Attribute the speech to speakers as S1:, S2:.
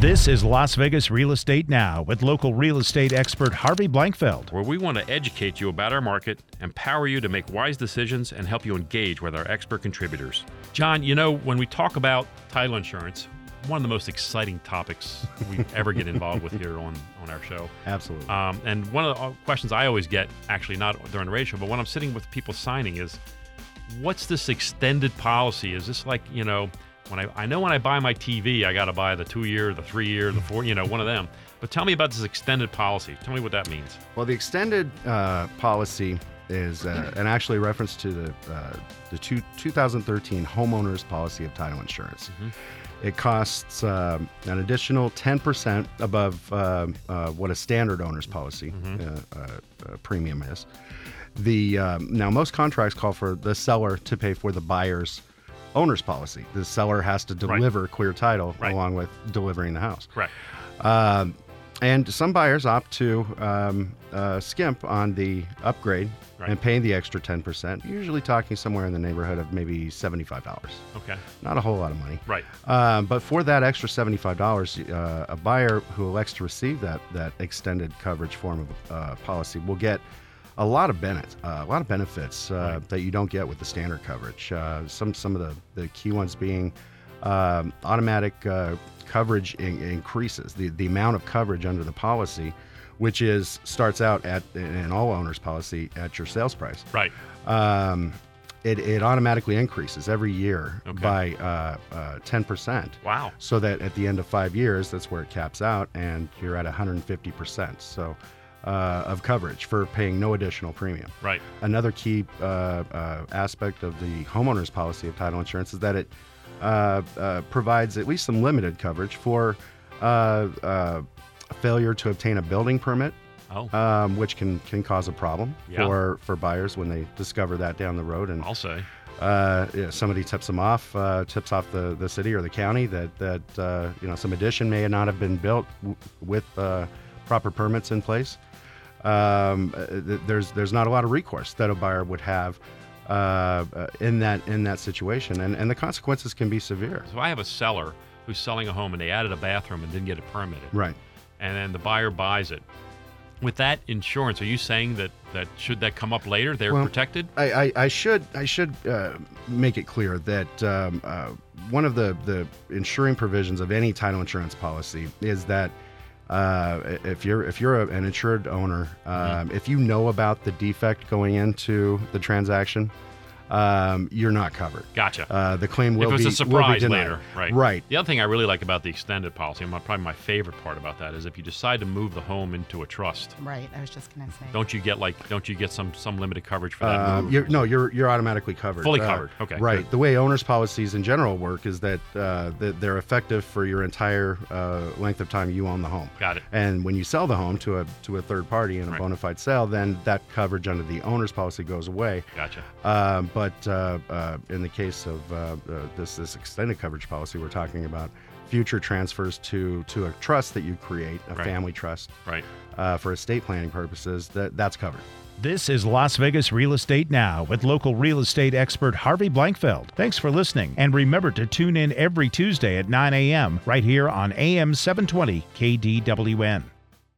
S1: This is Las Vegas Real Estate Now with local real estate expert Harvey Blankfeld.
S2: where we want to educate you about our market, empower you to make wise decisions, and help you engage with our expert contributors. John, you know, when we talk about title insurance, one of the most exciting topics we ever get involved with here on, on our show.
S1: Absolutely.
S2: Um, and one of the uh, questions I always get, actually not during the ratio, but when I'm sitting with people signing is, what's this extended policy? Is this like, you know, when I, I know when I buy my TV, I got to buy the two year, the three year, the four, you know, one of them. But tell me about this extended policy. Tell me what that means.
S3: Well, the extended uh, policy is uh, an actually reference to the uh, the two, 2013 homeowners policy of title insurance. It costs um, an additional 10% above um uh, what a standard owner's policy uh, uh, uh, premium is. The um, now most contracts call for the seller to pay for the buyer's owner's policy. The seller has to deliver clear title
S2: Right.
S3: along with delivering the house.
S2: Correct.
S3: Um, and some buyers opt to um, uh, skimp on the upgrade
S2: Right.
S3: and pay the extra 10%, usually talking somewhere in the neighborhood of maybe $75.
S2: Okay.
S3: Not a whole lot of money.
S2: Right.
S3: Um, but for that extra $75, uh, a buyer who elects to receive that, that extended coverage form of uh, policy will get a lot of benefits, uh, a lot of benefits uh, that you don't get with the standard coverage. Uh, some some of the, the key ones being um, automatic uh, coverage in, increases the, the amount of coverage under the policy, which is starts out at in all owners policy at your sales price
S2: Right.
S3: um, it, it automatically increases every year
S2: Okay.
S3: by uh, uh, 10%.
S2: Wow.
S3: So that at the end of five years, that's where it caps out, and you're at 150%. So uh, of coverage for paying no additional premium.
S2: Right.
S3: Another key uh, uh, aspect of the homeowner's policy of title insurance is that it uh, uh, provides at least some limited coverage for uh, uh, failure to obtain a building permit
S2: Oh,
S3: um, which can can cause a problem
S2: Yeah.
S3: for for buyers when they discover that down the road and
S2: I'll say.
S3: uh, yeah, somebody tips them off, uh, tips off the, the city or the county that that uh, you know some addition may not have been built w- with uh, proper permits in place. Um, uh, th- there's there's not a lot of recourse that a buyer would have uh, uh, in that in that situation, and and the consequences can be severe.
S2: So I have a seller who's selling a home and they added a bathroom and didn't get it permitted.
S3: Right.
S2: And then the buyer buys it. With that insurance, are you saying that, that should that come up later, they're
S3: Well,
S2: protected?
S3: I, I, I should I should uh, make it clear that um, uh, one of the the insuring provisions of any title insurance policy is that uh, if you're if you're a, an insured owner, um,
S2: Mm-hmm.
S3: if you know about the defect going into the transaction, um, you're not covered.
S2: Gotcha.
S3: Uh, the claim
S2: if
S3: will
S2: it was
S3: be
S2: a
S3: will be
S2: surprise
S3: denied.
S2: later, right?
S3: Right.
S2: The other thing I really like about the extended policy, and my, probably my favorite part about that, is if you decide to move the home into a trust,
S4: Right. I was just gonna say.
S2: don't you get like don't you get some some limited coverage for that?
S3: Um,
S2: move?
S3: you're, no, you're you're automatically covered. Uh,
S2: Fully covered. Okay,
S3: Right.
S2: good.
S3: The way owners' policies in general work is that uh, that they're effective for your entire uh, length of time you own the home.
S2: Got it.
S3: And when you sell the home to a to a third party in a
S2: Right.
S3: bona fide sale, then that coverage under the owner's policy goes away.
S2: Gotcha.
S3: Um, but uh, uh, in the case of uh, uh, this this extended coverage policy, we're talking about future transfers to to a trust that you create, a
S2: Right.
S3: family trust,
S2: Right.
S3: uh, for estate planning purposes. That that's covered.
S1: This is Las Vegas Real Estate Now with local real estate expert Harvey Blankfeld. Thanks for listening, and remember to tune in every Tuesday at 9 a.m. right here on AM 720 KDWN.